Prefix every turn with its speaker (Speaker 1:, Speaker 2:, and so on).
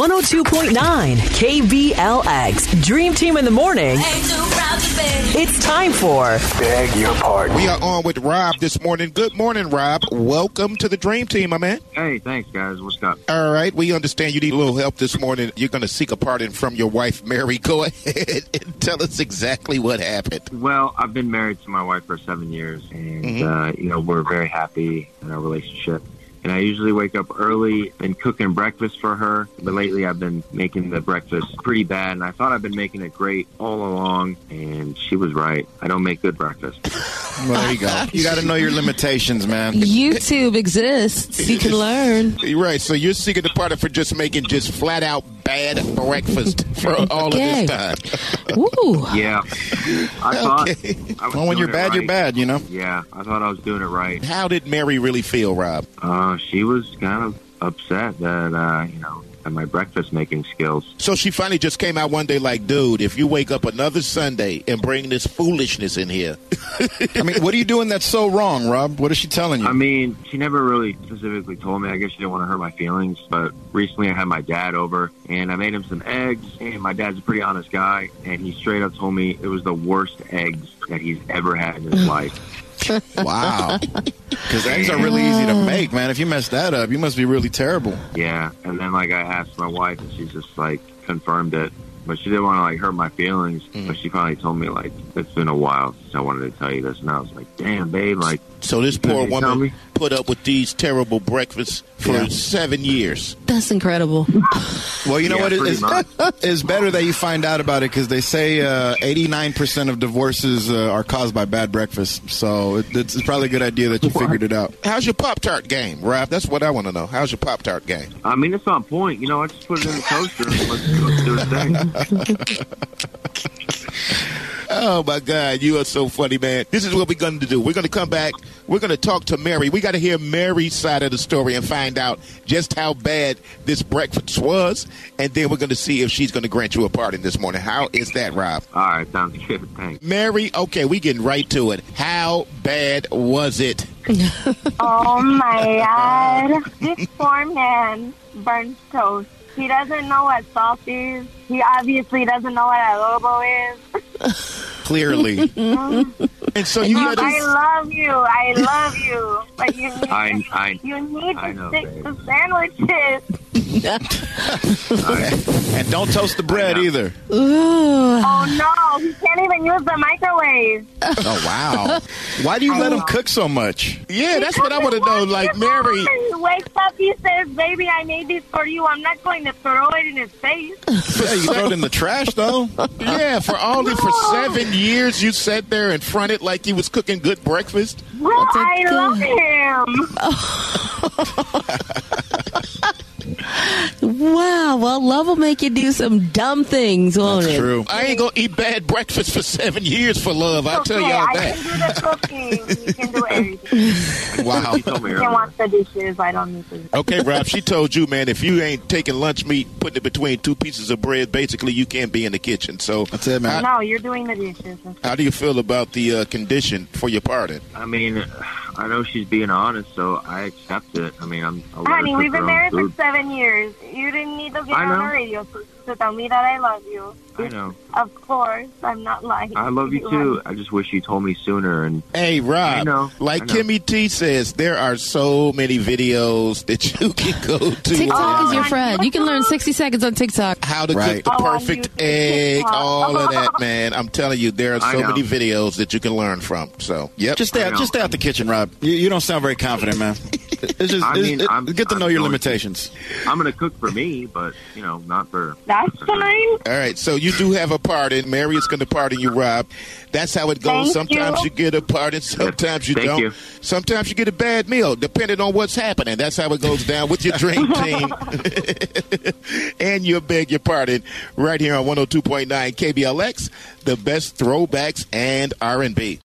Speaker 1: 102.9 KBLX. Dream Team in the morning. It's time for
Speaker 2: Beg your pardon.
Speaker 3: We are on with Rob this morning. Good morning, Rob. Welcome to the Dream Team, my man.
Speaker 4: Hey, thanks, guys. What's up?
Speaker 3: All right, we understand you need a little help this morning. You're going to seek a pardon from your wife, Mary. Go ahead and tell us exactly what happened.
Speaker 4: Well, I've been married to my wife for seven years, and
Speaker 5: Mm-hmm.
Speaker 4: uh, you know we're very happy in our relationship. And I usually wake up early and cooking breakfast for her. But lately, I've been making the breakfast pretty bad, and I thought I've been making it great all along. And she was right. I don't make good breakfast.
Speaker 3: Well, there you go.
Speaker 5: You got to know your limitations, man.
Speaker 6: YouTube exists. You can learn.
Speaker 3: You're right. So you're seeking the pardon for just making just flat out bad breakfast for all
Speaker 6: Okay.
Speaker 3: of this time.
Speaker 6: Ooh.
Speaker 4: Yeah, I thought.
Speaker 3: Okay.
Speaker 4: I was
Speaker 5: Well,
Speaker 4: doing
Speaker 5: when you're
Speaker 4: it
Speaker 5: bad, you're
Speaker 4: right.
Speaker 5: bad, you know?
Speaker 4: Yeah, I thought I was doing it right.
Speaker 3: How did Mary really feel, Rob?
Speaker 4: Uh, she was kind of upset that uh, you know at my breakfast making skills.
Speaker 3: So she finally just came out one day like, dude, if you wake up another Sunday and bring this foolishness in here,
Speaker 5: I mean, what are you doing that's so wrong, Rob? What is she telling you?
Speaker 4: I mean, she never really specifically told me. I guess she didn't want to hurt my feelings. But recently I had my dad over and I made him some eggs. And my dad's a pretty honest guy. And he straight up told me it was the worst eggs that he's ever had in his life.
Speaker 5: wow. Because eggs are really easy to make, man. If you mess that up, you must be really terrible.
Speaker 4: Yeah. And then, like, I asked my wife and she's just like confirmed it. But she didn't want to like hurt my feelings. But she finally told me like it's been a while since I wanted to tell you this, and I was like, "Damn, babe, like
Speaker 3: So this poor
Speaker 4: Hey, tell
Speaker 3: woman
Speaker 4: me.
Speaker 3: put up with these terrible breakfasts for
Speaker 5: Yeah.
Speaker 3: seven years.
Speaker 6: That's incredible.
Speaker 5: Well, you know
Speaker 4: Yeah,
Speaker 5: what? It,
Speaker 4: pretty
Speaker 5: it's,
Speaker 4: much.
Speaker 5: it's better that you find out about it because they say uh, 89% of divorces uh, are caused by bad breakfast. So it, it's probably a good idea that you figured it out.
Speaker 3: How's your Pop Tart game, Rob? That's what I want to know. How's your Pop Tart game?
Speaker 4: I mean, it's on point. You know, I just put it in the toaster. and Let's, let's do its thing.
Speaker 3: Oh my God, you are so funny, man. This is what we're going to do. We're going to come back. We're going to talk to Mary. We got to hear Mary's side of the story and find out just how bad this breakfast was, and then we're going to see if she's going to grant you a pardon this morning. How is that, Rob?
Speaker 4: All right, sounds good. Thanks.
Speaker 3: Mary, okay, we getting right to it. How bad was it?
Speaker 7: Oh my god. This poor man burns toast. He doesn't know what salt is. He obviously doesn't know what adobo is.
Speaker 3: Clearly. and so you let us.
Speaker 7: I love you. I love you. But you need,
Speaker 4: I, I,
Speaker 7: you need
Speaker 4: I
Speaker 7: to
Speaker 4: know,
Speaker 7: stick
Speaker 4: babe.
Speaker 7: to sandwiches.
Speaker 5: And don't toast the bread either.
Speaker 6: Ooh.
Speaker 7: Oh no, he can't even use the microwave.
Speaker 5: Oh, wow. Why do you let them cook so much?
Speaker 3: Yeah, that's what I want to know. Like, Mary,
Speaker 7: He wakes up, he says, Baby, I made this for you. I'm not going to throw it in his face.
Speaker 5: Yeah, you throw it in the trash, though.
Speaker 3: yeah, for only for seven years you sat there and fronted like you was cooking good breakfast.
Speaker 7: Bro,
Speaker 6: That's a
Speaker 7: I
Speaker 6: good-
Speaker 7: love him.
Speaker 6: Wow. Well, love will make you do some dumb things, won't it?
Speaker 5: True.
Speaker 3: I ain't gonna eat bad breakfast for seven years for love. I tell
Speaker 7: okay,
Speaker 3: y'all
Speaker 7: I
Speaker 3: that.
Speaker 7: can do the cooking. You can do everything.
Speaker 3: Wow.
Speaker 4: she told me
Speaker 7: You can
Speaker 4: earlier.
Speaker 7: wash the dishes. I don't need to.
Speaker 3: Okay, Rob, she told you, man, if you ain't taking lunch meat, putting it between two pieces of bread, basically you can't be in the kitchen. So,
Speaker 5: That's it, man.
Speaker 7: No, you're doing the dishes.
Speaker 3: how do you feel about the uh, condition for your pardon?
Speaker 4: I mean, I know she's being honest, so I accept it. I mean, I'm. I'll let her
Speaker 7: Honey,
Speaker 4: cook
Speaker 7: we've
Speaker 4: her
Speaker 7: been
Speaker 4: own
Speaker 7: married
Speaker 4: food.
Speaker 7: for seven years. You didn't need to get
Speaker 4: I
Speaker 7: on
Speaker 4: know.
Speaker 7: the radio to, to tell me that I love you.
Speaker 4: I know.
Speaker 7: Of course, I'm not lying.
Speaker 4: I love you too. I just wish you told me sooner. And
Speaker 3: Hey, Rob,
Speaker 4: I know,
Speaker 3: like
Speaker 4: I know.
Speaker 3: Kimmy T says, there are so many videos that you can go to. Uh,
Speaker 6: TikTok is your
Speaker 7: Oh.
Speaker 6: friend. You can learn 60 seconds on TikTok.
Speaker 3: how to cook
Speaker 5: Right.
Speaker 3: the
Speaker 7: Oh, on
Speaker 3: perfect
Speaker 7: YouTube,
Speaker 3: egg,
Speaker 7: TikTok.
Speaker 3: all of that, man. I'm telling you, there are
Speaker 4: I
Speaker 3: so
Speaker 4: know.
Speaker 3: many videos that you can learn from. So, yep.
Speaker 5: Just stay, out, just stay out the kitchen, Rob. You, you don't sound very confident, man. It's just
Speaker 4: I
Speaker 5: it's-
Speaker 4: mean,
Speaker 5: it-
Speaker 4: I'm-
Speaker 5: good to
Speaker 4: I'm
Speaker 5: know your
Speaker 4: going to.
Speaker 5: limitations.
Speaker 4: I'm gonna cook for me, but you know, not for.
Speaker 7: That's
Speaker 4: for her.
Speaker 7: fine.
Speaker 3: all right, so you do have a pardon. Mary is going to pardon you, Rob. That's how it goes.
Speaker 7: Thank
Speaker 3: sometimes
Speaker 7: you.
Speaker 3: you. get a pardon, sometimes you
Speaker 4: Thank
Speaker 3: don't.
Speaker 4: you.
Speaker 3: Sometimes you get a bad meal, depending on what's happening. That's how it goes down with your dream team. and you beg your pardon oh right here on 102.9 KBLX, the best throwbacks and R&B.